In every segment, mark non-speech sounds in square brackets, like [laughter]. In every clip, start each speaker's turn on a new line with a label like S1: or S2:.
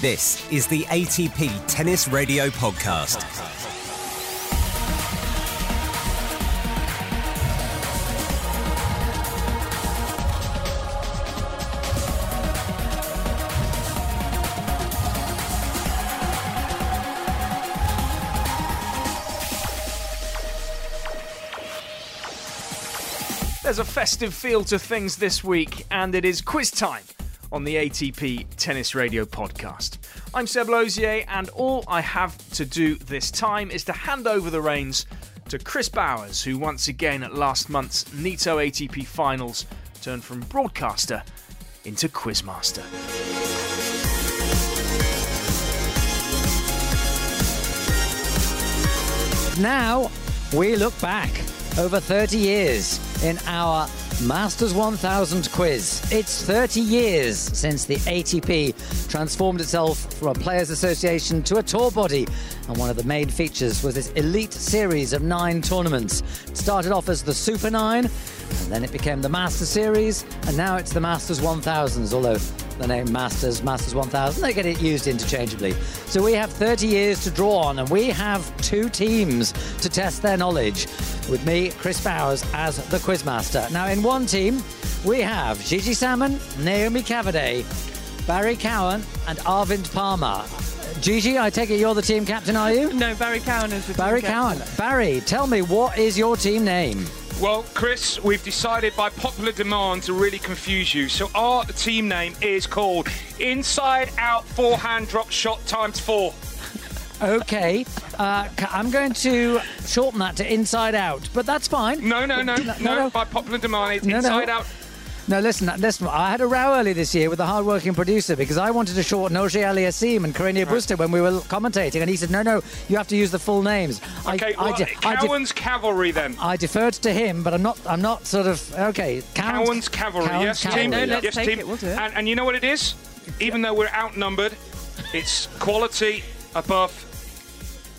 S1: This is the ATP Tennis Radio Podcast.
S2: There's a festive feel to things this week, and it is quiz time on the ATP Tennis Radio podcast. I'm Seb Lozier, and all I have to do this time is to hand over the reins to Chris Bowers, who once again at last month's NITO ATP finals turned from broadcaster into quizmaster.
S3: Now we look back over 30 years in our Masters 1000 quiz. It's 30 years since the ATP transformed itself from a players' association to a tour body, and one of the main features was this elite series of nine tournaments. It started off as the Super Nine, and then it became the Master Series, and now it's the Masters 1000s, although the name Masters, Masters 1000. They get it used interchangeably. So we have 30 years to draw on, and we have two teams to test their knowledge. With me, Chris Bowers, as the quizmaster. Now, in one team, we have Gigi Salmon, Naomi Cavaday, Barry Cowan, and Arvind Palmer. Gigi, I take it you're the team captain, are you?
S4: No, Barry Cowan is the
S3: Barry
S4: team
S3: Cowan.
S4: captain.
S3: Barry, tell me, what is your team name?
S5: Well, Chris, we've decided by popular demand to really confuse you. So our team name is called Inside Out Forehand Drop Shot Times Four.
S3: Okay, uh, c- I'm going to shorten that to inside out, but that's fine.
S5: No, no, no, no.
S3: no.
S5: By popular demand, it's
S3: No, no.
S5: Inside Out.
S3: No, listen, listen. I had a row early this year with a hard-working producer because I wanted to shorten Oje Aliassim and Karenia Busta when we were commentating, and he said, "No, no, you have to use the full names." I-
S5: Okay,
S3: I,
S5: well,
S3: de- I de-
S5: Cowan's Cavalry then.
S3: I deferred to him, but I'm not. I'm not sort of okay. Cowan's,
S5: Cowan's Cavalry.
S3: Cowan's
S5: yes,
S3: Cavalry.
S5: team.
S4: No, let's
S5: yes,
S4: take
S5: team.
S4: it, we'll do it.
S5: And, and you know what it is? Even though we're outnumbered, it's quality above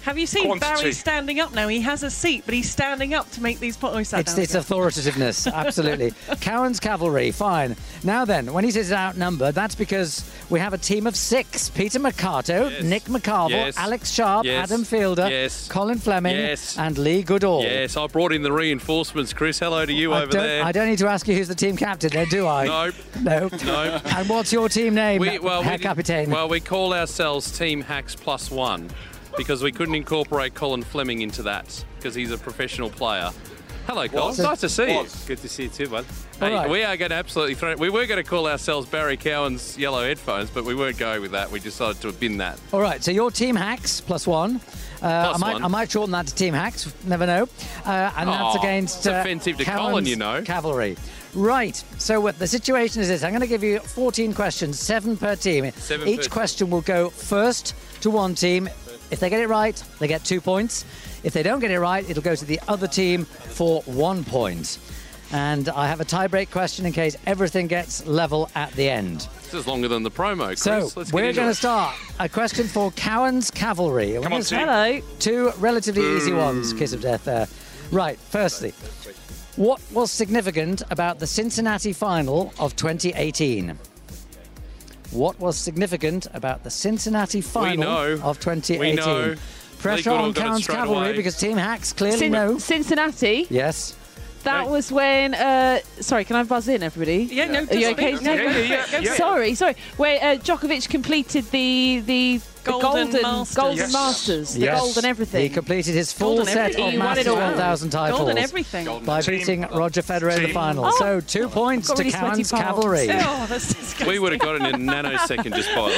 S4: Have you seen
S5: Quantity.
S4: Barry standing up now? He has a seat, but he's standing up to make these points. Oh, he sat
S3: It's,
S4: down
S3: it's
S4: again.
S3: authoritativeness, absolutely. Cowan's cavalry, fine. Now then, when he says it's outnumbered, that's because we have a team of six: Peter Mercato,
S6: Yes.
S3: Nick McCarville,
S6: Yes.
S3: Alex Sharp,
S6: Yes.
S3: Adam Fielder,
S6: Yes.
S3: Colin Fleming,
S6: Yes.
S3: and Lee Goodall.
S6: Yes, I brought in the reinforcements, Chris. Hello to you
S3: I
S6: over
S3: don't,
S6: there.
S3: I don't need to ask you who's the team captain, then, do I?
S6: Nope.
S3: No.
S6: No.
S3: And what's your team name,
S6: We, well,
S3: Herr
S6: we,
S3: Captain?
S6: well, we call ourselves Team Hacks Plus One because we couldn't incorporate Colin Fleming into that because he's a professional player. Hello, Colin.
S3: So-
S6: nice to see you.
S5: Was.
S6: Good to see you too, bud. Hey,
S3: All right.
S6: we are going to absolutely throw. We were going to call ourselves Barry Cowan's Yellow Headphones, but we weren't going with that. We decided to bin that.
S3: All right, so your team hacks plus one. Uh,
S6: Plus
S3: I might
S6: one.
S3: I might shorten that to team hacks. Never know. Uh, and that's
S6: Aw,
S3: against
S6: it's offensive to Colin,
S3: Cowan's
S6: you know.
S3: Cavalry. Right. So what the situation is this: I'm going to give you 14 questions, seven per team.
S6: Seven
S3: Each
S6: per-
S3: question will go first to one team. If they get it right, they get two points. If they don't get it right, it'll go to the other team for one point. And I have a tie-break question in case everything gets level at the end.
S6: This is longer than the promo, Chris.
S3: So
S6: Let's get
S3: we're
S6: into
S3: going
S6: it.
S3: to start a question for Cowan's Cavalry. We're
S5: on,
S3: gonna
S5: team.
S3: start
S4: Hello.
S3: Two relatively easy ones. Kiss of death there. Right. Firstly, what was significant about the Cincinnati final of 2018? What was significant about the Cincinnati final
S6: know.
S3: of 2018?
S6: We know. Lee
S3: Pressure
S6: Goodall
S3: on
S6: got it
S3: Cowan's
S6: straight
S3: Cavalry
S6: away.
S3: because Team Hacks clearly
S7: Cin-
S3: know.
S7: Cincinnati.
S3: Yes.
S7: That was when. Uh, sorry, can I buzz in, everybody?
S4: Yeah, no,
S7: Are
S4: just
S7: you
S4: speak.
S7: okay? No,
S5: Yeah,
S7: go
S5: yeah,
S7: for
S5: yeah,
S7: it.
S5: yeah, yeah.
S7: Sorry, sorry. Where uh, Djokovic completed the the the
S4: Golden
S7: golden
S4: Masters.
S7: golden
S5: Yes.
S7: masters the
S3: yes.
S7: golden everything.
S3: He completed his full
S4: Golden
S3: set
S4: everything.
S3: of
S7: He won it
S3: Masters
S7: all.
S3: 1000 titles.
S4: Golden everything.
S3: by
S5: Team.
S3: beating Roger Federer in the
S5: Team.
S3: final.
S7: Oh.
S3: so two points
S7: got
S3: to
S7: really sweaty
S3: Cowan's
S7: palms.
S3: cavalry.
S4: Oh, that's disgusting.
S6: We would have got it in a nanosecond, just by the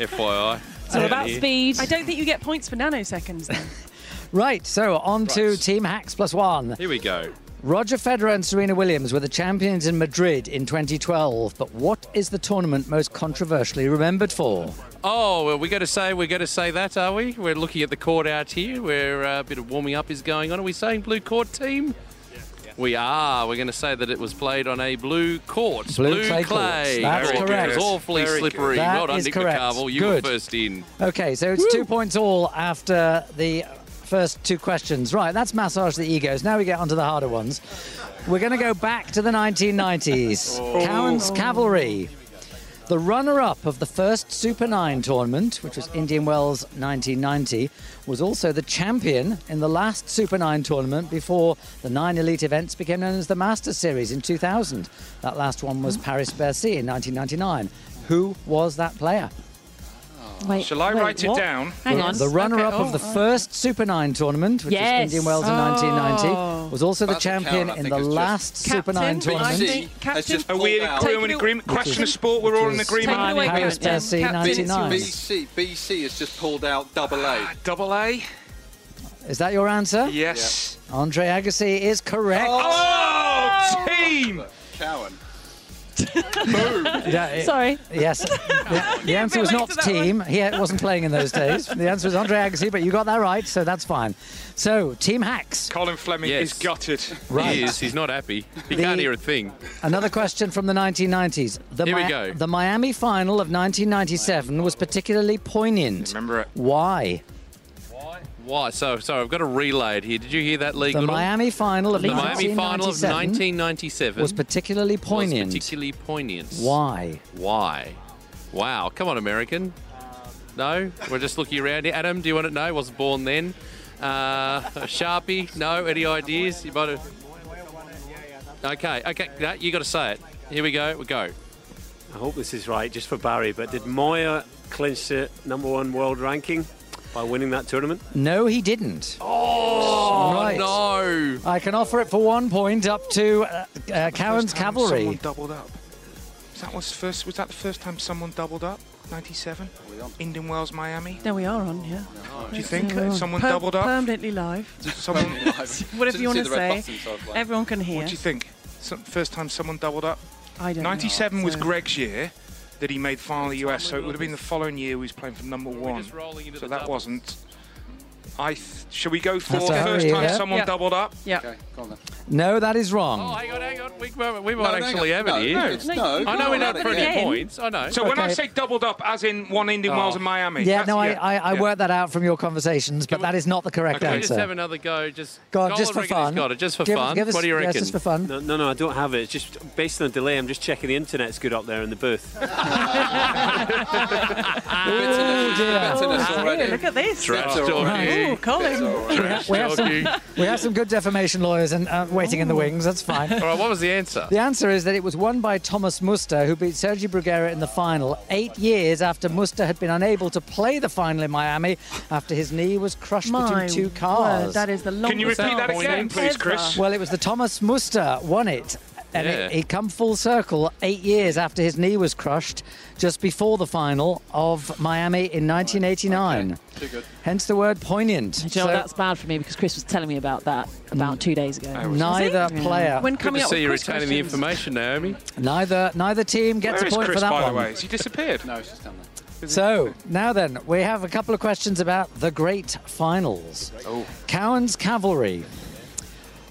S6: way, [laughs] FYI.
S7: it's all about
S6: Yeah.
S7: speed.
S4: I don't think you get points for nanoseconds. Then.
S3: Right, so on to
S6: Right.
S3: Team Hacks plus one.
S6: Here we go.
S3: Roger Federer and Serena Williams were the champions in Madrid in 2012, but what is the tournament most controversially remembered for?
S6: Oh, well, we're going to say we're going to say that, are we? We're looking at the court out here, where uh, a bit of warming up is going on. Are we saying blue court team? We are. We're going to say that it was played on a blue court,
S3: Blue clay courts. That's
S6: Very good.
S3: correct.
S6: It was awfully
S5: Very good.
S6: slippery.
S3: That
S6: well done,
S3: is
S6: Nick
S3: correct.
S6: McCarville. You
S3: Good.
S6: were first in.
S3: Okay, so it's two points all after the first two questions. Right, that's massage the egos. Now we get onto the harder ones. We're going to go back to the 1990s. Cowan's Cavalry. The runner up of the first Super 9 tournament, which was Indian Wells 1990, was also the champion in the last Super 9 tournament before the nine elite events became known as the Masters Series in 2000. That last one was Paris Bercy in 1999. Who was that player?
S7: Wait,
S5: Shall I
S7: wait,
S5: write
S7: what?
S5: it down?
S7: Hang on.
S3: The runner up
S6: Okay,
S3: of the
S6: oh, oh.
S3: first Super 9 tournament, which
S7: Yes.
S3: was Indian Wells in
S7: Oh.
S3: 1990, was also the
S8: That doesn't
S3: champion
S8: count, I
S3: in
S8: think
S3: the
S8: it's just-
S3: last Super 9
S4: Captain, I
S3: tournament.
S4: think- Captain,
S5: Are we in,
S4: Take
S5: we're in
S4: it all-
S5: agreement? Question of
S3: is-
S5: sport, we're all
S3: which
S5: in
S3: is-
S5: agreement.
S4: Take it away,
S3: Paris
S4: Captain.
S3: Bercy
S4: Captain.
S3: 99.
S8: BC, BC has just pulled out double A.
S4: Ah.
S5: Ah, Double A?
S3: Is that your answer?
S5: Yes.
S3: Andre Agassi is correct.
S5: Oh, team!
S8: Cowan.
S4: [laughs]
S3: Yeah, it-
S7: Sorry.
S3: Yes. The, the answer was
S4: late
S3: not
S4: to that
S3: team. He wasn't playing in those days. The answer was Andre Agassi, but you got that right, so that's fine. So, Team Hacks.
S5: Colin Fleming
S6: Yes.
S5: is gutted.
S3: Right.
S6: He is. He's not happy. He
S3: The-
S6: can't hear a thing.
S3: Another question from the 1990s. The
S6: Here we go.
S3: The Miami final of 1997 was particularly poignant.
S5: Remember it.
S3: Why?
S6: Why? So, sorry, I've got to relay it here. Did you hear that, Lee?
S3: The
S6: Goodall?
S3: Miami final of
S6: The Miami
S3: 1997
S6: final of 1997
S3: was particularly poignant.
S6: particularly poignant.
S3: Why?
S6: Why? Wow. Come on, American. No? We're just looking around here. Adam, do you want to know? Wasn't born then. Uh, [laughs] Sharpie? No? Any ideas? You might have. Okay, okay. That, you got to say it. Here we go. We go.
S9: I hope this is right, just for Barry, but did Moya clinch the number one world ranking by winning that tournament?
S3: No, he didn't. Oh, right.
S6: No.
S3: I can offer it for one point up to uh, uh, Cowan's
S5: First time Someone
S3: Cavalry.
S5: doubled up. Was that was first? Was that the first time someone doubled up? 97? Indian Wells, Miami?
S4: No, we are on, yeah.
S5: Do you think
S4: Yeah, we're on.
S5: someone
S4: Per-
S5: doubled up?
S4: Permanently live.
S5: Someone,
S8: [laughs]
S3: [laughs]
S4: Whatever you want to
S8: Didn't see the red
S4: say.
S8: button, so I was like-
S4: Everyone can hear.
S5: What do you think? Some, first time someone doubled up?
S4: I don't know.
S5: 97 was
S4: So-
S5: Greg's year that he made final US, so it would have been the following year he was playing for number one.
S6: just rolling into
S5: So
S6: the
S5: that
S6: doubles?
S5: wasn't. I th- should we go for
S3: That's a
S5: first
S3: hurry,
S5: time
S3: yeah.
S5: someone
S4: Yeah.
S5: doubled up?
S4: Yeah.
S8: Okay, go on then.
S3: No, that is wrong.
S6: Oh, hang on, hang on. We, might- we might
S8: No, no,
S6: actually have
S8: no,
S6: it here.
S8: No, it's-
S4: No,
S8: no,
S4: you
S6: I know
S4: can't
S6: we
S4: have
S6: don't
S4: it
S6: prove
S4: again.
S6: any points. I know.
S5: So when I
S3: Okay.
S5: say doubled up, as in one Indian Wells and Miami.
S3: Yeah,
S5: that's-
S3: no, I, I, I
S5: Oh. yeah.
S3: worked that out from your conversations, but
S6: we-
S3: that is not the correct
S6: Can we
S3: answer.
S6: just have another go? Just
S3: Go on,
S6: Colin
S3: just for
S6: reckon he's
S3: fun.
S6: Got it. Just for
S3: Give-
S6: fun.
S3: give us-
S6: what do you
S3: yes,
S6: reckon?
S3: just for fun.
S9: No, no, no, I don't have it. It's just based on the delay. I'm just checking the internet's good up there in the booth.
S8: Bitterness, bitterness
S4: Oh,
S8: already.
S4: yeah, look at this.
S6: Trash
S8: That's all right.
S6: talking.
S4: Oh,
S8: It's
S4: Colin.
S8: all right.
S3: We have, some,
S6: Talking. All
S3: we have some good defamation lawyers and uh, waiting in the wings. That's fine.
S6: [laughs] right, what was the answer?
S3: The answer is that it was won by Thomas Muster, who beat Sergi Bruguera in the final eight years after Muster had been unable to play the final in Miami after his knee was crushed
S4: My
S3: between two
S4: word,
S3: cars.
S4: that is the longest
S5: Can you repeat that
S4: arm
S5: again, please,
S4: ever.
S5: Chris?
S3: Well, it was the Thomas Muster won it. And
S6: Yeah.
S3: it, it come full circle eight years after his knee was crushed, just before the final of Miami in 1989.
S8: Too good.
S3: Hence the word poignant.
S7: Do you know
S3: So Mm.
S7: what, that's bad for me because Chris was telling me about that about two days ago.
S3: neither player,
S4: When
S6: Good
S4: coming
S6: to
S4: up
S6: see
S4: with
S6: you
S4: Chris
S6: retaining the
S4: questions.
S6: information, Naomi.
S3: neither neither team gets
S5: Where
S3: a
S5: is
S3: point
S5: Chris,
S3: for that
S5: by
S3: one.
S5: the way? Has he disappeared?
S8: No, it's just down there.
S3: So now then, we have a couple of questions about the great finals.
S8: Oh.
S3: Cowan's Cavalry.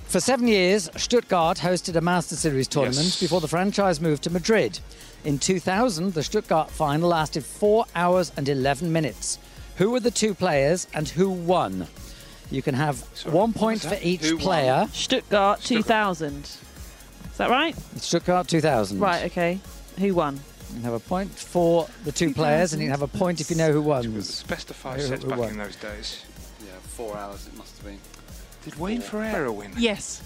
S3: For seven years, Stuttgart hosted a Master Series tournament
S5: Yes.
S3: before the franchise moved to Madrid. In 2000, the Stuttgart final lasted four hours and 11 minutes. Who were the two players and who won? You can have one point for each
S8: Who won?
S3: player.
S7: Stuttgart 2000. Is that right?
S3: Stuttgart 2000.
S7: Right, okay. Who won?
S3: You can have a point for the two players, and you can have a point if you know who won.
S5: Specify
S3: Who-
S5: sets
S3: who
S5: back
S3: won?
S5: in those days.
S8: Yeah, four hours it must have been.
S5: Did Wayne Ferreira win?
S4: Yes,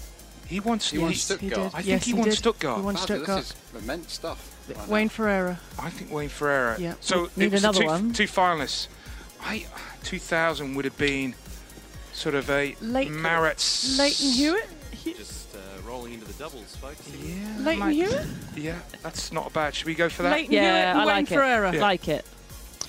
S5: He wants.
S8: He won
S5: he-
S4: he
S8: Stuttgart.
S4: did.
S5: I think
S4: yes,
S5: he won
S4: did.
S5: Stuttgart.
S4: He won
S8: Wow,
S4: Stuttgart.
S8: This is immense stuff. right now.
S4: Wayne Ferreira.
S5: I think Wayne Ferreira.
S4: Yeah.
S5: So
S7: Need
S5: it was the
S7: another
S5: two,
S7: one.
S5: two finalists. I 2000 would have been sort of a
S4: Late-
S5: Marat's.
S4: Leighton Hewitt? He-
S6: Just uh, rolling into the doubles, folks.
S5: Yeah,
S4: Leighton
S5: might-
S4: Hewitt?
S5: Yeah, that's not bad. Should we go for that?
S4: Leighton
S7: Yeah,
S4: Hewitt and
S7: I
S4: Wayne
S7: like it.
S4: Ferreira.
S7: Like it.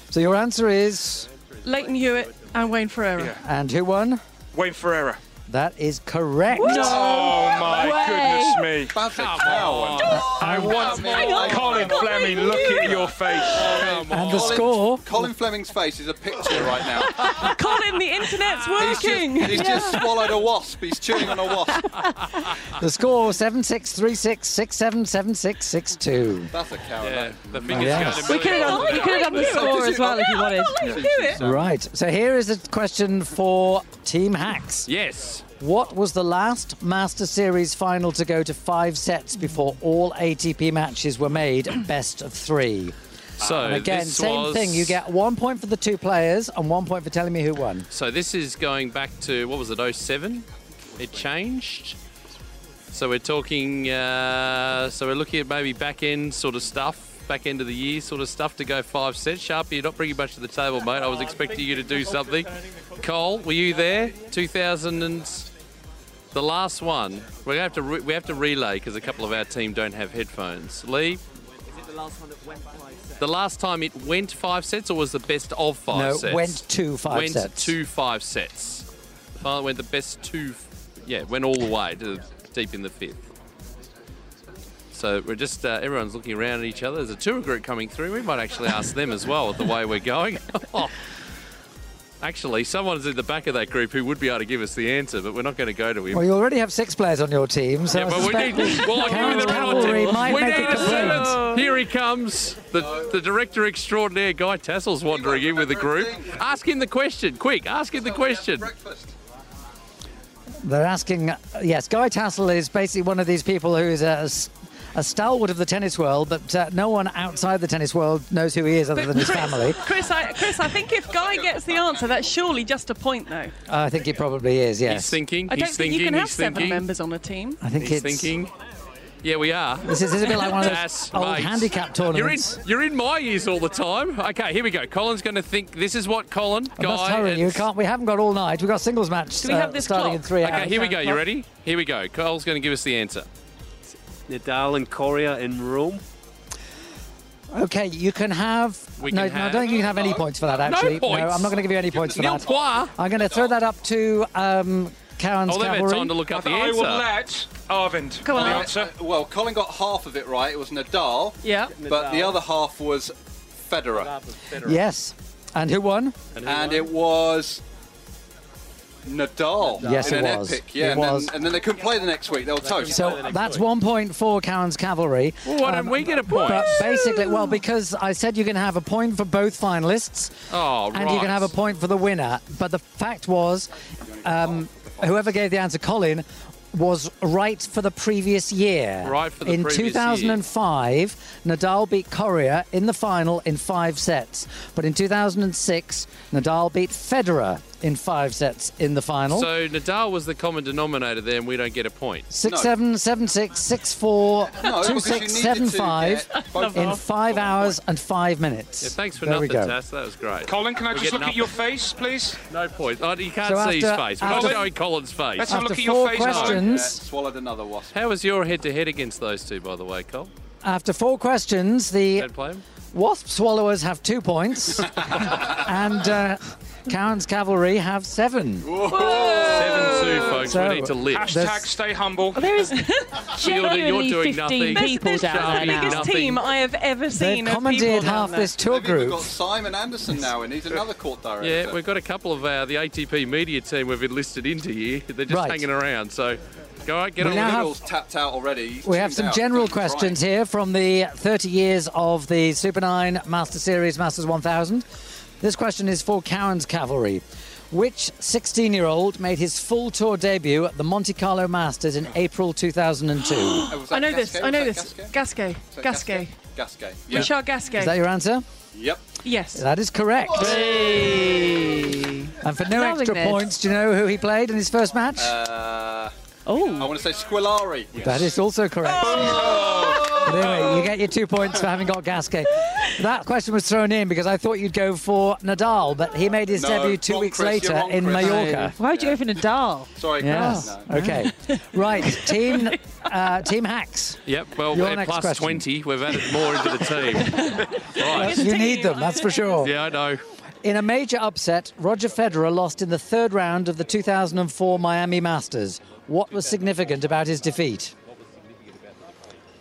S3: So your answer is,
S4: Leighton Hewitt and Wayne Ferreira.
S5: Yeah.
S3: and who won?
S5: Wayne Ferreira.
S3: That is correct.
S5: Oh my goodness me!
S8: Bad for Cowan.
S5: I want Colin Fleming. Look at your face.
S3: And the score.
S8: Colin Fleming's face is a picture right now.
S4: Colin, the internet's
S8: He's
S4: working.
S8: just, he's just swallowed a wasp. He's chewing on a wasp.
S3: The score seven six three six six seven seven six six two.
S8: That's a cow.
S6: Yeah,
S8: that.
S6: the fingers
S3: Yes.
S6: go to
S7: We
S6: Billy
S7: could have
S6: Ball
S7: done, you
S6: now.
S7: could have done
S6: [laughs]
S7: the score as well if you
S4: [laughs]
S7: wanted.
S3: Right. So here is a question for Team Hacks.
S6: Yes.
S3: What was the last Master Series
S6: [clears throat]
S3: final to go to five sets before all ATP matches were made, best of three?
S6: So
S3: And again,
S6: this
S3: same
S6: was-
S3: thing. You get one point for the two players and one point for telling me who won.
S6: So this is going back to what was it? 07? It changed. So we're talking. Uh, so we're looking at maybe back end sort of stuff, back end of the year sort of stuff to go five sets. Sharpie, you're not bringing much to the table, mate. I was expecting you to do something. Cole, were you there? 2000 and the last one. We're gonna have to re- we have to relay because a couple of our team don't have headphones. Lee. Is it the last time it went five sets, or was the best of five
S3: no,
S6: sets?
S3: went two five
S6: went
S3: sets.
S6: two five sets. The final went the best two. Yeah, went all the way to deep in the fifth. So we're just uh, everyone's looking around at each other. There's a tour group coming through. We might actually ask them as well the way we're going. [laughs] actually, someone's in the back of that group who would be able to give us the answer, but we're not going to go to him.
S3: Well, you already have six players on your team, so
S6: Yeah,
S3: I
S6: but we
S3: suspect
S6: need. Well, I
S3: Carol's
S6: give you the
S3: cavalry
S6: penalty.
S3: might
S6: We
S3: make
S6: need
S3: a
S6: a
S3: complaint.
S6: seventh. Here he comes. The, the director extraordinaire, Guy Tassel's wandering in with the group. Ask him the question, quick. Ask him the question.
S8: Breakfast.
S3: They're asking. Yes, Guy Tassel is basically one of these people who is a, s- a stalwart of the tennis world, but uh, no one outside the tennis world knows who he is other than his family.
S4: Chris, I, Chris, I think if Guy gets the answer, that's surely just a point, though.
S3: I think he probably is. Yes,
S6: He's thinking.
S4: I don't
S6: He's
S4: think you
S6: thinking.
S4: can have
S6: He's
S4: seven
S6: thinking.
S4: members on a team.
S3: I think
S6: He's
S3: it's.
S6: thinking. Yeah, we are.
S3: This is, this is a bit like one of those
S6: Yes,
S3: old
S6: mate.
S3: handicap
S6: You're in,
S3: tournaments.
S6: you're in my ears all the time. Okay, here we go. Colin's going to think. This is what Colin,
S3: I must
S6: Guy,
S3: hurry.
S6: and-
S3: You can't. We haven't got all night. We've got singles match
S4: we
S3: uh,
S4: have this
S3: starting
S4: clock?
S3: in three hours.
S6: Okay, here we go. You ready? Here we go. Cole's going to give us the answer.
S9: Nadal and Coria in Rome.
S3: Okay, you can have.
S6: We
S3: no,
S6: can
S3: no, I
S6: have-
S3: don't think you can have any points for that. Actually,
S6: points.
S3: I'm not going to give you any points for
S6: Nil
S3: that.
S6: pois.
S3: I'm going to throw that up to um, Karen's
S6: Oh, they've had
S3: cavalry.
S6: time to look up the
S5: I will
S6: answer.
S5: let Arvind
S4: Come
S5: on the
S4: on.
S5: answer.
S8: Uh, well, Colin got half of it right. It was Nadal,
S4: Yeah.
S8: but the other half was Federer,
S3: Yes. And who won?
S8: and it was. Nadal.
S3: Yes,
S8: in
S3: it
S8: an
S3: was.
S8: Epic, yeah,
S3: It
S8: and,
S3: was.
S8: Then, and then they couldn't play the next week. They were toast.
S3: So that's one point for Karen's cavalry. Um,
S6: Well, why don't we get a point?
S3: But basically, well, because I said you can have a point for both finalists,
S6: Oh, right.
S3: and you can have a point for the winner. But the fact was, um, whoever gave the answer, Colin, was right for the previous year.
S6: Right for the
S3: in
S6: previous year.
S3: 2005, Nadal beat Correa in the final in five sets. But in 2006, Nadal beat Federer in five sets in the final.
S6: So Nadal was the common denominator there, and we don't get a point.
S3: Six
S8: No.
S3: seven seven six six four
S8: No,
S3: two
S8: because you
S3: six
S8: needed
S3: seven
S8: to
S3: five
S8: get both
S3: in
S8: halves
S3: five
S8: for one
S3: hours and five minutes.
S6: Yeah, thanks for
S3: there
S6: nothing,
S3: we go.
S6: Tass. That was great.
S5: Colin, can I
S6: We're
S5: just look
S6: getting
S5: at your face, please?
S6: up- No point. Oh, you can't
S3: So
S6: see
S3: after-
S6: his face. We're not
S3: after-
S6: showing Colin's face.
S5: Let's have a
S3: After
S5: look at
S3: four
S5: your face. Colin.
S8: Yeah,
S3: questions,
S8: swallowed another wasp.
S6: How was your head-to-head against those two, by the way, Cole?
S3: after four questions, the
S6: Don't play 'em?
S3: wasp swallowers have two points, and uh, Karen's cavalry have seven.
S6: Seven two, folks.
S3: So-
S6: we need to live.
S5: Hashtag
S3: That's-
S5: stay humble.
S7: There is
S6: doing
S7: genuinely
S6: nothing.
S7: 15
S6: This-
S7: people
S4: This is
S7: down
S4: the
S6: Sharpie,
S7: there
S4: biggest
S7: now.
S6: nothing.
S4: team I have ever
S3: They've
S4: seen. of people
S3: commandeered
S4: down
S3: half
S4: there.
S3: this tour
S8: Maybe we've
S3: group.
S8: got Simon Anderson now, and he's another court director.
S6: Yeah, we've got a couple of uh, the ATP media team we've enlisted into here. They're just
S3: Right.
S6: hanging around. So, go on, get
S3: We now
S6: on with it.
S3: have-
S8: Liddell's tapped out already. He's
S3: We have
S8: tuned
S3: some
S8: out.
S3: general
S8: He's crying.
S3: questions here from the 30 years of the Super 9 Master Series Masters 1000. This question is for Karen's Cavalry. Which 16 year old made his full tour debut at the Monte Carlo Masters in April 2002? is
S8: [gasps] Oh, was that
S4: I know this.
S8: Gasquet?
S4: I know
S8: Was
S4: this.
S8: that Gasquet?
S4: Gasquet.
S8: Was that
S4: Gasquet.
S8: Gasquet. Yeah.
S4: Richard Gasquet.
S3: that your answer?
S8: Yep.
S4: Yes.
S3: That is correct. And for no
S7: Loving
S3: extra
S7: this.
S3: points, do you know who he played in his first match?
S8: Uh, I
S7: Oh,
S8: want to say Squillari.
S3: That is also correct.
S8: Oh!
S3: But anyway, you get your two points for having got Gasquet. That question was thrown in because I thought you'd go for Nadal, but he made his
S8: No,
S3: debut two
S8: wrong,
S3: weeks
S8: Chris,
S3: later
S8: you're wrong,
S3: in
S8: Chris.
S3: Mallorca.
S7: why'd you open a doll?
S8: Sorry,
S3: Yeah.
S8: Chris. No. [laughs]
S3: Okay. right. Team uh, Team Hacks.
S6: Yep. Well,
S3: Your
S6: we're
S3: next
S6: plus
S3: question.
S6: 20. We've added more into the
S3: [laughs]
S6: team. right.
S3: You need them, that's for sure.
S6: Yeah, I know.
S3: In a major upset, Roger Federer lost in the third round of the 2004 Miami Masters. What was significant about his defeat?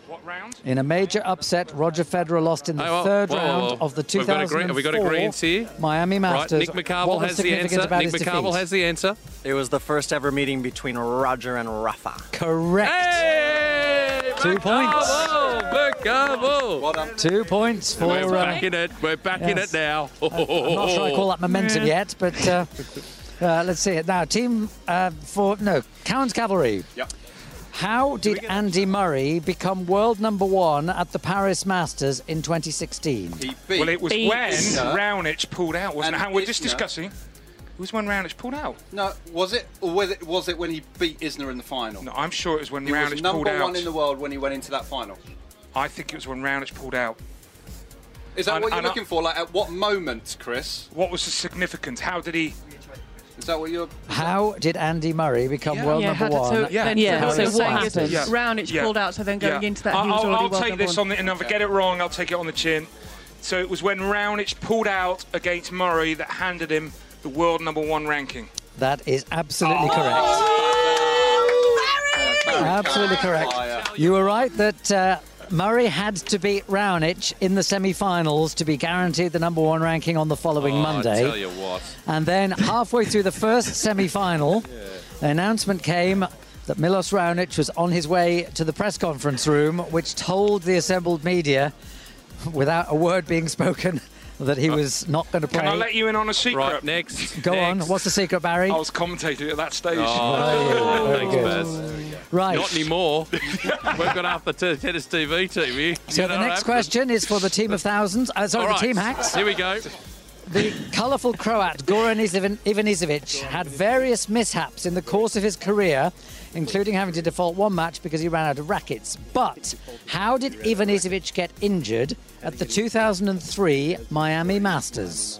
S5: What round?
S3: In a major upset, Roger Federer lost in the
S6: Oh, well,
S3: third
S6: well,
S3: round
S6: well.
S3: of the
S6: We've got agree-
S3: 2004
S6: have we got agreeance here?
S3: Miami
S6: Right.
S3: Masters.
S6: Nick McCarville
S3: What was
S6: has the
S3: significant
S6: answer.
S3: about
S6: Nick
S3: his
S6: McCarville
S3: defeat?
S6: has the answer.
S10: It was the first ever meeting between Roger and Rafa.
S3: Correct.
S6: Hey!
S3: Two points.
S6: Bravo! Bravo!
S8: Well done.
S3: Two points for.
S6: We're
S3: uh,
S6: back in it. We're back in
S3: yes.
S6: it now.
S3: I'm not sure I call that momentum yet, but uh, uh, let's see it now. Team uh, for no Cowan's Cavalry.
S8: Yep.
S3: How did Andy Murray become world number one at the Paris Masters in 2016?
S5: Well, it was
S3: Beat.
S5: when
S3: Isner.
S5: Raonic pulled out, wasn't it?
S8: And
S5: And we're just
S8: Isner.
S5: discussing. It was when Raonic pulled out.
S8: No, was it? Or was it? Was it when he beat Isner in the final? No,
S5: I'm sure it was when
S8: he
S5: Raonic
S8: was number
S5: pulled
S8: one
S5: out.
S8: in the world when he went into that final.
S5: I think it was when Raonic pulled out.
S8: Is that
S5: And-
S8: what you're
S5: and I-
S8: looking for? Like at what moment, Chris?
S5: What was the significance? How did he?
S8: Is that what you're?
S3: How did Andy Murray become world
S4: yeah,
S3: number
S4: how
S3: one?
S4: did- so
S3: at
S4: then- so
S3: Paris
S4: what
S3: Masters?
S4: happened? Raonic pulled out, so then going into that, he
S5: I'll,
S4: was
S5: I'll-
S4: already
S5: I'll
S4: world
S5: take
S4: number
S5: this
S4: one.
S5: on the, and if I get it wrong, I'll take it on the chin. So it was when Raonic pulled out against Murray that handed him the world number one ranking.
S3: That is absolutely correct. Absolutely
S8: Ah,
S3: correct. You were right that uh, Murray had to beat Raonic in the semi-finals to be guaranteed the number one ranking on the following
S6: [laughs] Oh,
S3: Monday.
S6: I tell you what.
S3: And then halfway through the
S6: [laughs]
S3: first semi-final, the announcement came that Milos Raonic was on his way to the press conference room, which told the assembled media, without a word being spoken, [laughs] that
S6: Uh,
S3: he was not going to play.
S5: Can I let you in on a secret?
S6: Right, next.
S3: Go on. What's the secret, Barry?
S5: I was commentating at that stage.
S6: Oh, thanks, Baz.
S3: Right.
S6: Not anymore. We've got half the t- tennis TV team here.
S3: So
S6: You
S3: the
S6: know
S3: next
S6: that?
S3: question is for the team of thousands. Uh, sorry,
S6: All
S3: the
S6: right,
S3: team hacks.
S6: Here we go.
S3: The colourful Croat Goran Ivanisevic had various mishaps in the course of his career, including having to default one match because he ran out of rackets. But how did Ivanisevic get injured at the 2003 Miami Masters?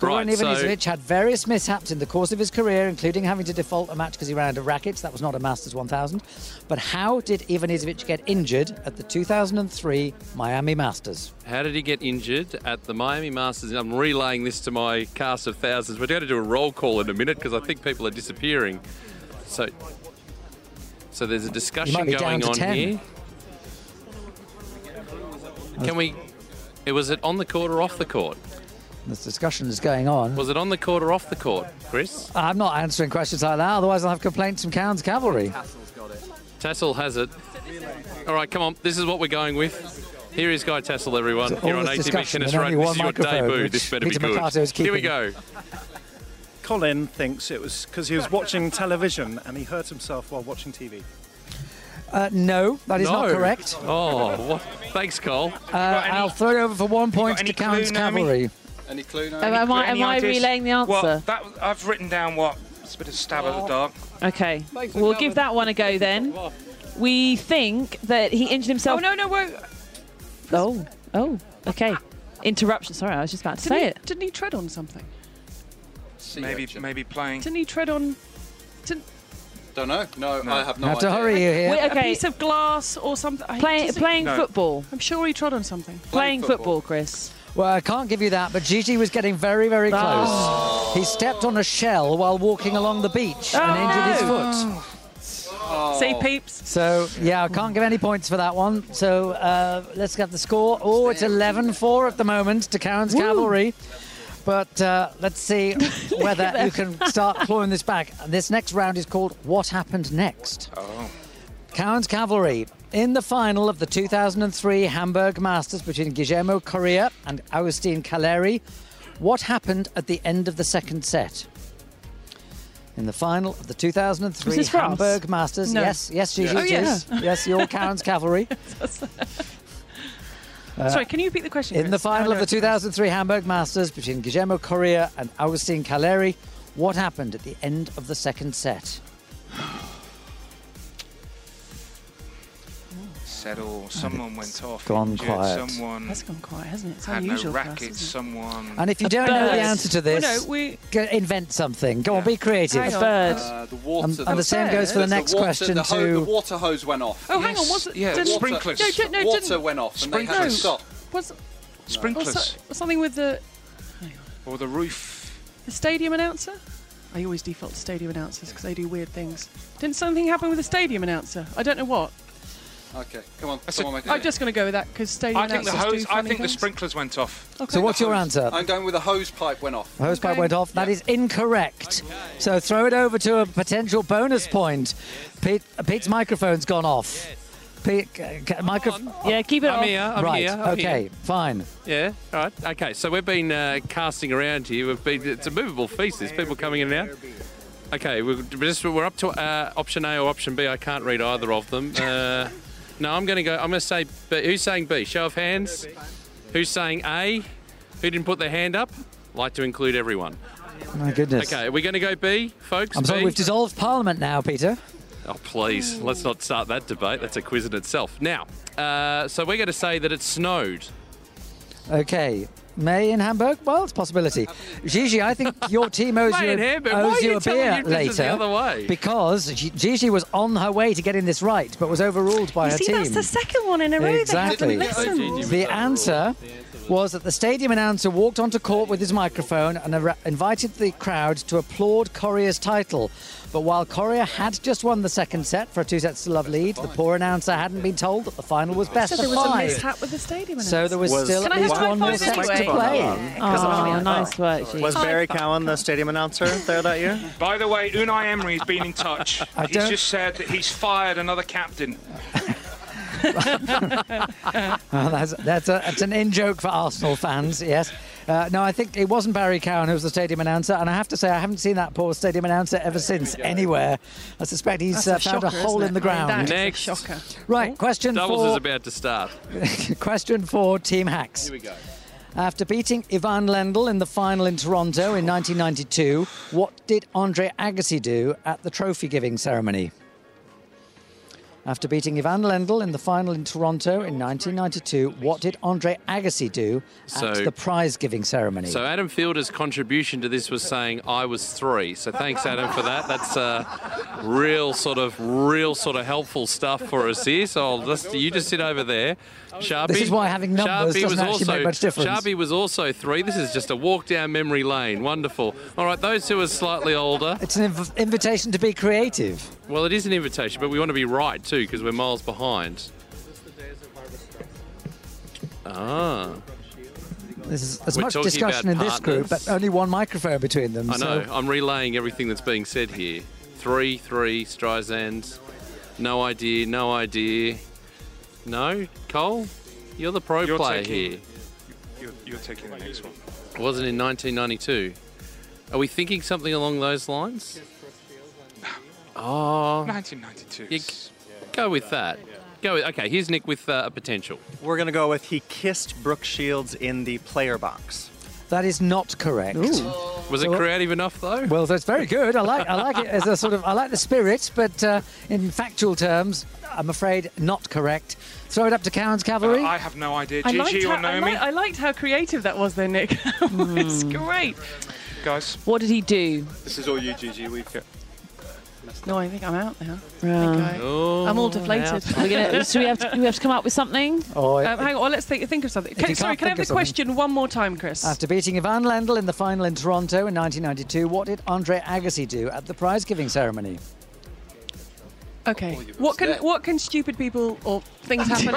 S3: Goran
S6: Right, so-
S3: Ivanisevic had various mishaps in the course of his career, including having to default a match because he ran out of rackets. That was not a Masters 1000. But how did Ivanisevic get injured at the 2003 Miami Masters?
S6: How did he get injured at the Miami Masters? I'm relaying this to my cast of thousands. We're going to do a roll call in a minute because I think people are disappearing. So, so there's a discussion
S3: be down
S6: going
S3: to
S6: on
S3: 10.
S6: here. Can we? It was it on the court or off the court?
S3: This discussion is going on.
S6: Was it on the court or off the court, Chris?
S3: I'm not answering questions like that, otherwise I'll have complaints from Cowan's Cavalry.
S6: Tassel has it. All right, come on. This is what we're going with. Here is Guy Tassel, everyone.
S3: So all
S6: Here on
S3: this
S6: ATV
S3: discussion
S6: Tennis
S3: and
S6: Radio.
S3: only
S6: This is
S3: one
S6: your
S3: microphone,
S6: debut.
S3: which
S6: This better
S3: Peter
S6: be good.
S3: Mercato's
S6: Here we
S3: keeping.
S6: go.
S11: Colin thinks it was because he was watching television and he hurt himself while watching TV.
S3: Uh, no, that is not
S6: No.
S3: correct.
S6: Oh, what? thanks, Cole.
S3: Uh, I'll throw it over for one point to Cowan's Cavalry.
S8: Any clue?
S7: Am I- am I- am I relaying the answer?
S5: Well, that, I've written down what it's a bit of stab at
S4: Oh,
S5: the dark.
S7: Okay, we'll give that one a [laughs] go then. We think that he injured himself.
S4: Oh, no, no, wait.
S7: Oh, oh, okay. Interruption. Sorry, I was just about to
S4: Didn't
S7: say
S4: he-
S7: it.
S4: Didn't he tread on something?
S5: Maybe maybe playing.
S4: Didn't he tread on
S8: Don't know. No, I have no
S3: Have to
S8: idea.
S3: hurry you here.
S4: Wait, a piece of glass or something? I-
S7: Play-
S4: does it-
S7: playing No. football.
S4: I'm sure he trod on something.
S7: Playing football, Chris.
S3: Well, I can't give you that, but Gigi was getting very, very close. He stepped on a shell while walking along the beach and injured his foot.
S4: See, peeps.
S3: So, yeah, I can't give any points for that one. So, uh, let's get the score. Oh, it's 11 4 at the moment to Karen's Cavalry. But uh, let's
S7: [laughs]
S3: see whether you can start clawing this back. This next round is called What Happened Next.
S5: Oh.
S3: Cowan's Cavalry in the final of the 2003 Hamburg Masters between Guillermo Correa and Agustin Caleri. What happened at the end of the second set? In the final of the 2003
S7: Is this for us?
S3: Hamburg Masters,
S7: No.
S3: yes, yes, Gigi,
S7: Yeah.
S3: it
S7: Oh, yeah.
S3: is. yes, you're Cowan's Cavalry. Uh,
S4: Sorry, can you repeat the question?
S3: in the
S4: Chris?
S3: final
S4: No,
S3: of
S4: no.
S3: the 2003 Hamburg Masters between Guillermo Correa and Agustin Caleri, what happened at the end of the second set?
S5: Settle. Someone went off.
S3: gone
S5: injured,
S3: quiet.
S5: Someone
S4: That's gone quiet, hasn't it? It's
S5: had
S4: unusual.
S5: no
S4: for us,
S5: racket.
S4: isn't it?
S5: Someone.
S3: And if you
S4: A
S3: don't know the
S4: bird.
S3: answer to
S4: Well,
S3: this,
S4: no, we-
S3: go- invent something. Go on, be creative.
S4: Hang A on. bird. Uh,
S8: the water.
S3: Um, And, and the same goes for the
S8: It's
S3: next
S8: water-
S3: question
S8: the ho- The
S3: to
S8: water hose went off.
S4: Oh, hang on. Was it?
S5: yeah,
S4: didn't-
S5: sprinklers.
S4: No, didn't- no,
S8: water
S4: didn't-
S8: went off, and they had to
S5: Sprinklers.
S8: stop.
S4: Was or
S5: Sprinklers.
S4: so- or something with the,
S5: Or the roof.
S4: the stadium announcer? I always default to stadium announcers because they do weird things. Didn't something happen with the stadium announcer? I don't know what.
S8: Okay, come on. Someone make a
S4: I'm just going to go with that because stadium
S5: I think the
S4: announcers
S5: hose.
S4: do
S5: I
S4: funny
S5: think the
S4: things.
S5: sprinklers went off.
S4: Okay.
S3: So what's your answer?
S8: I'm going with a hose pipe went off.
S3: The hose pipe went off. That is incorrect. So throw it over to a potential bonus point. Pete, uh, Pete's microphone's gone off. Pete, c- c- microphone.
S7: Yeah, keep it
S6: I'm
S7: off.
S6: here, I'm
S3: right.
S6: here, I'm
S3: okay.
S6: here.
S3: Fine.
S6: Yeah. All right. Okay. So we've been uh, casting around here. We've been. It's a movable feast. There's people coming in and out. Okay, we're, just, we're up to uh, option A or option B. I can't read either of them. Uh, [laughs] no, I'm going to go. I'm going to say. B. Who's saying B? Show of hands. Who's saying A? Who didn't put their hand up? Like to include everyone.
S3: My goodness.
S6: Okay, are we going to go B, folks?
S3: I'm sorry,
S6: B?
S3: we've dissolved Parliament now, Peter.
S6: Oh, please, let's not start that debate. That's a quiz in itself. Now, uh, so we're going to say that it snowed.
S3: Okay. May in Hamburg? Well, it's a possibility. Gigi, I think your
S6: [laughs]
S3: team owes
S6: May
S3: you,
S6: in Hamburg? Why
S3: owes
S6: are you
S3: a
S6: telling
S3: beer
S6: you this
S3: later.
S6: is the other way?
S3: Because G- Gigi was on her way to getting this right, but was overruled by
S12: You
S3: her
S12: see,
S3: team.
S12: that's the second one in a row.
S3: Exactly.
S12: They haven't listened.
S3: The answer was that the stadium announcer walked onto court with his microphone and ar- invited the crowd to applaud Corrier's title. But while Corrier had just won the second set for a two sets to love lead, the poor announcer hadn't been told that the final was best
S4: so
S3: of
S4: there was a
S3: five.
S4: mishap with the stadium.
S3: So there was,
S4: announcer.
S3: still at least one more set to play.
S12: Oh,
S7: nice work.
S10: Was Barry Cowan the stadium announcer there that year?
S5: By the way, Unai Emery has been in touch.
S10: I
S5: he's
S10: don't-
S5: just said that he's fired another captain.
S3: Oh, that's that's, a, that's an in joke for Arsenal fans. Yes. Uh, no, I think it wasn't Barry Cowan who was the stadium announcer, and I have to say I haven't seen that poor stadium announcer ever since anywhere. I suspect he's uh,
S4: That's a
S3: found
S4: shocker,
S3: a hole in
S4: isn't it?
S3: the
S4: I mean,
S3: ground.
S4: that is a
S6: Next.
S4: shocker.
S3: Right, question
S6: Doubles
S3: four.
S6: is about to start.
S3: [laughs] Question for Team Hacks. Here we go. After beating Ivan Lendl in the final in Toronto in 1992, what did Andre Agassi do at the trophy giving ceremony? After beating Ivan Lendl in the final in Toronto in 1992, what did Andre Agassi do at
S6: So-
S3: the prize giving ceremony?
S6: So Adam Fielder's contribution to this was saying I was three. So thanks Adam for that. That's uh, real sort of real sort of helpful stuff for us here. So I'll just you just sit over there. Sharpie.
S3: This is why having numbers
S6: Sharpie
S3: doesn't
S6: was
S3: actually
S6: also,
S3: make much difference.
S6: Sharpie was also three. This is just a walk down memory lane. Wonderful. All right, those who are slightly older.
S3: it's an inv- invitation to be creative.
S6: Well, it is an invitation, but we want to be right too because we're miles behind. Ah.
S3: This is as
S6: We're
S3: much
S6: talking about
S3: discussion in this group,
S6: partners.
S3: but only one microphone between them.
S6: I know.
S3: so-
S6: I'm relaying everything that's being said here. Three, three, Streisand. No idea, no idea. No? Cole? You're the pro
S5: You're
S6: player
S5: taking-
S6: here.
S5: You're, you're taking the next one.
S6: It wasn't in 1992. Are we thinking something along those lines? Oh.
S5: 1992.
S6: You c- go with that. Go with, okay, here's Nick with uh, a potential.
S10: We're going to go with he kissed Brooke Shields in the player box.
S3: That is not correct.
S6: Was it
S3: Well-
S6: creative enough, though?
S3: Well, that's very good. I like I like it as a sort of I like the spirit, but uh, in factual terms, I'm afraid not correct. Throw it up to Cowan's cavalry.
S5: Uh, I have no idea.
S4: I
S5: Gigi
S4: liked,
S5: or
S4: how, I,
S5: Naomi?
S4: li- I liked how creative that was, though, Nick. [laughs] it's great.
S5: Guys.
S7: What did he do?
S8: This is all you, Gigi. We've
S4: No, I think I'm out now.
S7: Right.
S4: Okay.
S5: Oh,
S4: I'm all deflated.
S7: We're gonna, [laughs] so we have, to, we have to come up with something.
S3: Oh,
S4: Um, hang on, well, let's think, think of something.
S3: If
S4: Okay,
S3: you
S4: sorry,
S3: can't
S4: can I
S3: think
S4: have the
S3: of something-
S4: question one more time, Chris?
S3: After beating Ivan Lendl in the final in Toronto in 1992, what did Andre Agassi do at the prize giving ceremony?
S4: Okay. What can what can stupid people or
S7: [laughs]
S4: things happen?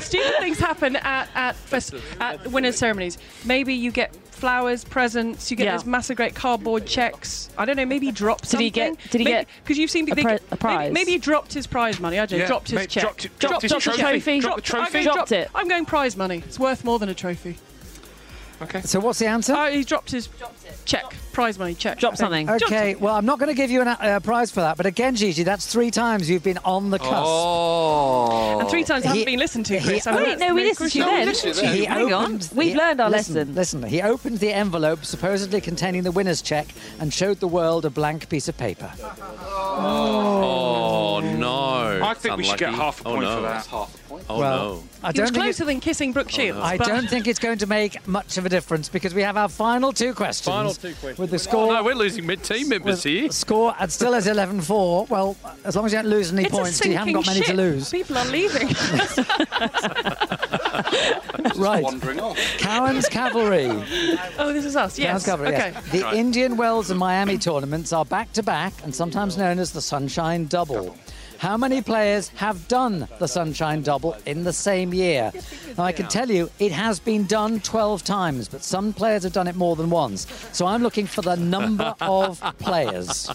S4: [laughs] stupid, things happen at at, fest, at winners ceremonies. Maybe you get flowers, presents. You get
S7: Yeah.
S4: those massive great cardboard checks. I don't know. Maybe he dropped
S7: Did
S4: something.
S7: he get- did he get
S4: Because you've seen
S7: a
S4: they
S7: pri-
S4: get-
S7: a prize?
S4: Maybe, maybe he dropped his prize money. I don't. know.
S7: Yeah,
S4: dropped his
S7: mate,
S4: check.
S7: dropped it- dropped his
S4: the
S7: trophy. Dropped the
S4: I'm going
S7: trophy. Dropped it.
S4: I'm going prize money. It's worth more than a trophy.
S5: Okay.
S3: So what's the answer?
S4: Uh, he dropped his check. Prize money check.
S7: Dropped something.
S3: Okay, well, I'm not going to give you a uh, prize for that, but again, Gigi, that's three times you've been on the cusp.
S6: Oh.
S4: And three times I haven't been listened to, Chris. I mean,
S7: Wait,
S4: that's
S7: no, we
S4: very
S7: listened to you
S4: crucial.
S7: then.
S3: He
S7: Hang on.
S3: opened-
S7: We've
S3: he-
S7: learned our
S3: listen,
S7: lesson.
S3: Listen, he opened the envelope supposedly containing the winner's check and showed the world a blank piece of paper.
S6: Oh, no.
S5: I think we should get
S6: Unlucky.
S5: half a
S6: Oh,
S5: point
S6: no.
S5: for that.
S6: Oh,
S3: Well,
S6: no.
S3: I
S4: He was
S3: don't think it- Oh,
S4: closer than kissing Brooke Shields.
S3: I
S4: but-
S3: don't think it's going to make much of a difference because we have our final two questions.
S6: Final two questions.
S3: With the score,
S6: No, we're losing mid team members here.
S3: score and still as 11 4. Well, as long as you don't lose any
S4: It's a
S3: points, you haven't got many
S4: sinking
S3: to
S4: ship.
S3: lose.
S4: People
S3: [laughs]
S4: are leaving.
S3: right.
S8: wandering off.
S3: Cowan's Cavalry.
S4: oh, this is us.
S3: Cowan's
S4: Yes.
S3: Cavalry,
S4: okay.
S3: yes. The Indian Wells and Miami tournaments are back to back and sometimes known as the Sunshine Double. How many players have done the Sunshine Double in the same year? Now, I can tell you it has been done 12 times, but some players have done it more than once. So I'm looking for the number of players.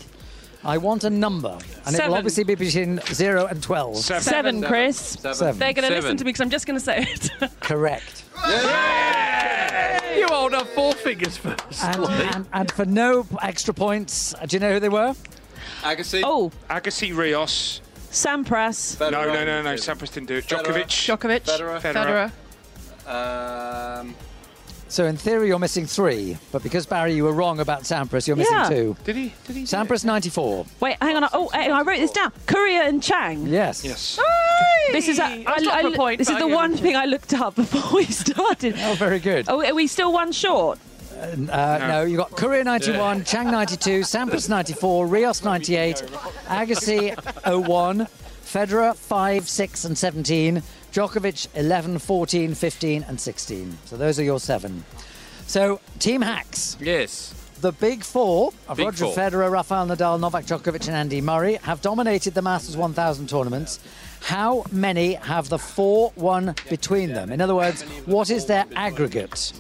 S3: I want a number, and it
S4: Seven.
S3: will obviously be between 0 and 12.
S5: Seven.
S7: Seven, Chris.
S3: Seven.
S4: They're going to
S3: [laughs]
S6: Seven.
S4: listen to me because I'm just going to say it.
S3: Correct.
S6: You are hold up four fingers first.
S3: And,
S6: like.
S3: and, and for no extra points, uh, do you know who they were?
S8: Agassi.
S7: Oh.
S5: Agassi, Rios.
S7: Sampras.
S5: No, no, no, no. Sampras didn't do it. Djokovic.
S7: Djokovic.
S8: Federer.
S5: Federer.
S8: Um,
S3: So in theory, you're missing three, but because Barry, you were wrong about Sampras, you're missing
S7: Yeah.
S3: two.
S5: Did he? Did he?
S3: Sampras 94.
S7: Wait, hang on. Oh, hang on, I wrote this down. Korea and Chang.
S3: Yes. Yes.
S7: This is a, I,
S3: That's not
S7: I-
S3: the point,
S7: this is
S3: but
S7: the
S3: yeah.
S7: one thing I looked up [laughs] before we started.
S3: Oh, very good.
S7: Oh, are we still one short?
S3: Uh,
S6: Oh.
S3: no, you got Courier 91, Chang 92, Sampras 94, Rios 98, Agassi 01, Federer 5, 6, and 17, Djokovic 11, 14, 15, and 16. So those are your seven. So, Team Hacks.
S6: Yes.
S3: The big four of
S6: Big
S3: Roger
S6: four.
S3: Federer, Rafael Nadal, Novak Djokovic, and Andy Murray have dominated the Masters 1000 tournaments. How many have the 4 1 between them? In other words, what is their aggregate?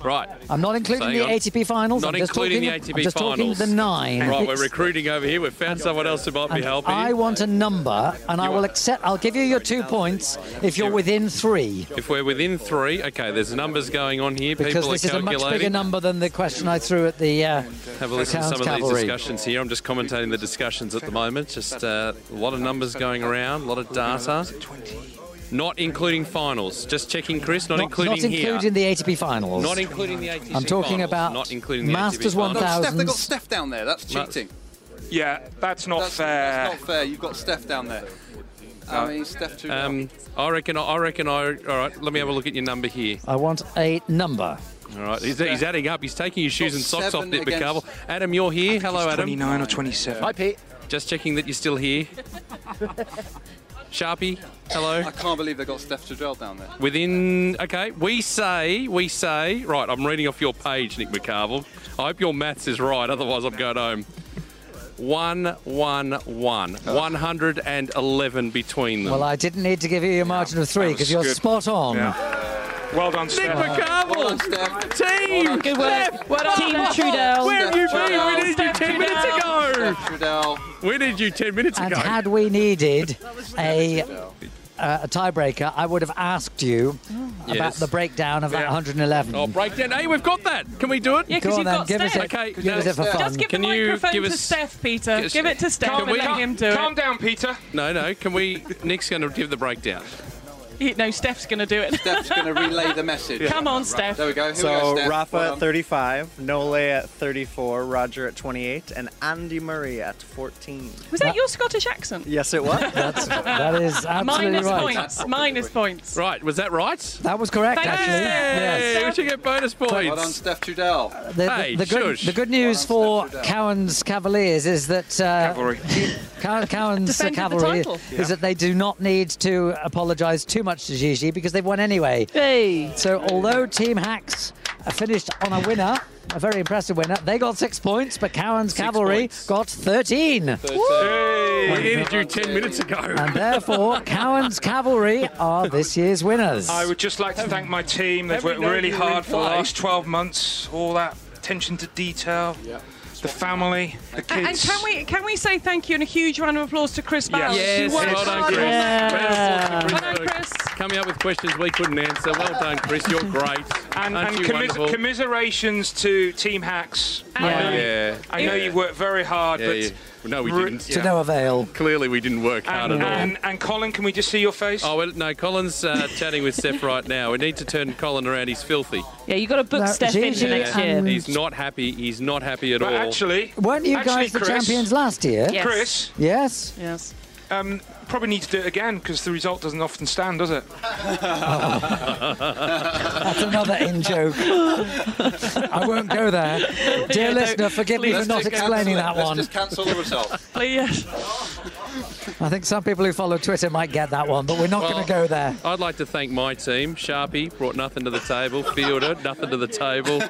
S6: Right.
S3: I'm not including
S6: So
S3: the
S6: hang on.
S3: ATP finals.
S6: Not
S3: I'm just
S6: including
S3: talking,
S6: the ATP
S3: I'm just talking
S6: finals.
S3: the nine.
S6: Right, we're recruiting over here. We've found someone else who might be
S3: And
S6: helping.
S3: I want a number, and I will accept. I'll give you your two points if you're within three,
S6: If we're within three, okay, there's numbers going on here.
S3: because
S6: People
S3: this
S6: are
S3: is a much bigger
S6: calculating.
S3: number than the question I threw at the. Uh,
S6: Have a listen to
S3: Sounds
S6: some of
S3: cavalry.
S6: these discussions here. I'm just commentating the discussions at the moment. Just uh, a lot of numbers going around, a lot of data. Not including finals. Just checking, Chris. Not, including
S3: not including
S6: here.
S3: the ATP finals.
S6: Not including the ATP
S3: I'm talking
S6: finals,
S3: about
S6: not including the
S3: Masters
S6: ATP
S8: they've got Steph, they've got
S3: 1000s.
S8: Steph down there. That's
S6: That's-
S8: cheating.
S5: Yeah, that's not
S8: that's,
S5: fair.
S8: That's not fair. You've got Steph down there.
S6: No.
S8: I mean, Steph too.
S6: Um, I reckon. I reckon. I. All right. Let me have a look at your number here.
S3: I want a number.
S6: All right. He's, he's adding up. He's taking your shoes and socks off,
S8: seven
S6: Nick
S8: against-
S6: McCarville. Adam, you're here. Hello, Adam.
S5: 29 or 27.
S6: Hi, Pete. Just checking that you're still here. Sharpie. Hello.
S8: I can't believe they got Steph Trudell down there.
S6: Within okay, we say we say right. I'm reading off your page, Nick McCarville. I hope your maths is right. Otherwise, I'm going home. One, one, one.
S7: Oh.
S6: One hundred and eleven between them.
S3: Well, I didn't need to give you your margin of three because you're
S6: good.
S3: spot on.
S5: Well done,
S6: Nick
S7: uh,
S5: Steph.
S6: McCarville. Oh, Team.
S7: Good work.
S6: Steph.
S7: Well done, Team Trudell.
S6: Where have you been? We needed you
S7: Steph
S6: ten minutes
S7: Trudell.
S6: ago.
S8: Trudell.
S6: We needed you ten minutes
S3: And
S6: ago.
S3: had we
S6: [laughs]
S3: needed a, uh, a tiebreaker, I would have asked you about
S6: Yes.
S3: the breakdown of that 111.
S6: Oh, breakdown. Hey, we've got that. Can we do it?
S7: Yeah,
S3: Go
S7: 'cause
S3: on
S7: you've
S3: then,
S7: got
S3: give us
S7: Steph.
S3: it. give us it for
S6: now-
S3: fun.
S7: Just give
S6: Can
S7: the
S6: you
S7: microphone
S6: give
S7: to
S6: us-
S7: Steph, Peter.
S6: give us-
S7: give it to Steph
S6: Can
S7: and
S6: we-
S7: let him do
S5: Calm
S7: it.
S5: down, Peter.
S6: No, no. Can we? Nick's going to give the breakdown.
S7: He- no, Steph's going to do it.
S8: Steph's going to relay the message.
S7: Come on, Steph.
S8: There we go. Here we go,
S10: So
S8: Steph.
S10: Oh, Rafa
S8: Well
S10: at
S8: done.
S10: 35, Nole at 34, Roger at 28, and Andy Murray at 14.
S7: Was that your Scottish accent?
S10: Yes, it was.
S3: That's, that is absolutely
S7: Minus
S3: right.
S7: points. Minus points.
S6: Right. Was that right?
S3: That was correct,
S7: Thank
S3: actually.
S7: you,
S3: Yes.
S6: Hey, we should get bonus points.
S8: Well done, Steph Trudell.
S3: The, the-
S6: Hey,
S3: the good,
S6: shush.
S3: the good news for Cowan's Cavaliers is that uh, [laughs]
S5: Cavalry.
S7: [laughs]
S3: Cowan, Cowan's
S7: Defended the
S3: Cavalry
S7: title.
S3: is that they do not need to apologise too much to Gigi because they've won anyway.
S7: Hey.
S3: So although Team Hacks finished on a winner, a very impressive winner, they got six points, but Cowan's Cavalry
S6: points.
S3: got 13.
S6: Hey, we needed you ten minutes ago.
S3: And therefore, Cowan's Cavalry are this year's winners.
S5: I would just like to thank my team. They've
S6: Have we
S5: worked
S6: known
S5: really
S6: you
S5: hard for the
S6: reply?
S5: last 12 months. All that attention to detail. The family, the
S4: And,
S5: kids.
S4: and can we can we say thank you and a huge round of applause to Chris
S5: Um,
S4: Bowles?
S6: Yes,
S4: who worked
S6: well done,
S4: hard
S6: Chris.
S4: on-
S6: Round of applause to
S4: Well done,
S6: Chris.
S4: Chris.
S6: Coming up with questions we couldn't answer. Well done, Chris. You're great.
S5: And,
S6: Aren't
S5: and
S6: you
S5: commis-
S6: wonderful?
S5: commiserations to Team Hacks. I
S7: Yeah.
S5: know,
S6: Yeah.
S5: I know you worked very hard,
S6: Yeah,
S5: but
S6: yeah. No, we
S5: Re-
S6: didn't.
S3: to no avail.
S6: Clearly, we didn't work hard
S5: And,
S6: at all.
S5: and, and Colin, can we just see your face?
S6: Oh well, no. Colin's uh, chatting with Steph right now. We need to turn Colin around. He's filthy.
S7: Yeah, you got to book
S3: No,
S7: Steph in for
S3: Gigi
S7: next
S3: and-
S7: year.
S6: He's not happy. He's not happy at
S5: but
S6: all.
S5: actually,
S3: Weren't you
S5: actually,
S3: guys the
S5: Chris,
S3: champions last year?
S7: Yeah. Yes.
S5: Chris,
S3: Yes.
S7: Yes.
S5: um, probably need to do it again because the result doesn't often stand, does it?
S3: That's another in joke. I won't go there. Dear listener, forgive me for
S8: Let's
S3: not
S8: just
S3: explaining
S8: cancel it.
S3: that
S8: Let's
S3: one.
S8: just cancel the result.
S7: Please.
S3: I think some people who follow Twitter might get that one, but we're not going to go there.
S6: I'd like to thank my team. Sharpie brought nothing to the table. Fielder, nothing to
S9: [laughs]
S6: the table.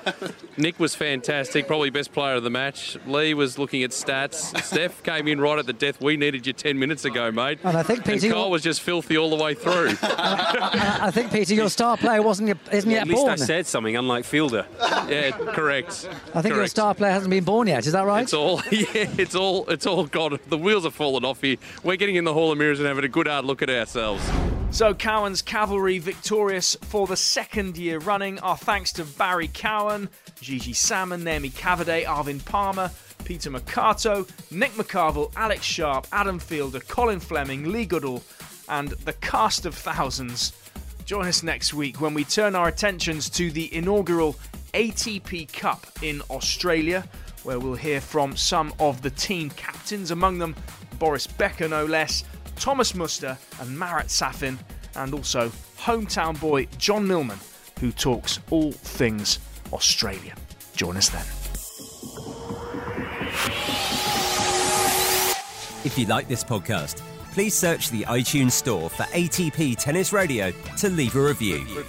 S6: Nick was fantastic, probably best player of the match. Lee was looking at stats. Steph came in right at the death. We needed you 10 minutes ago,
S9: Oh,
S6: mate.
S3: And I think, Peter,
S6: And Cole
S3: you're-
S6: was just filthy all the way through.
S3: I I think Peter, your star player wasn't yet- isn't
S9: [laughs]
S3: yet
S9: At least I
S3: born.
S9: said something, unlike Fielder.
S6: yeah, correct.
S3: I think your
S6: correct.
S3: star player hasn't been born yet. Is that right?
S6: It's all, [laughs] yeah, it's all, it's all gone. The wheels are falling off here. We're getting in the Hall of Mirrors and having a good hard look at ourselves.
S2: So Cowan's Cavalry victorious for the second year running. Our thanks to Barry Cowan, Gigi Salmon, Naomi Cavaday, Arvin Palmer, Peter Mercato, Nick McCarville, Alex Sharp, Adam Fielder, Colin Fleming, Lee Goodall, and the cast of thousands. Join us next week when we turn our attentions to the inaugural ATP Cup in Australia, where we'll hear from some of the team captains, among them Boris Becker, no less, Thomas Muster, and Marat Safin, and also hometown boy John Millman, who talks all things Australia. Join us then.
S1: If you like this podcast, please search the iTunes Store for ATP Tennis Radio to leave a review.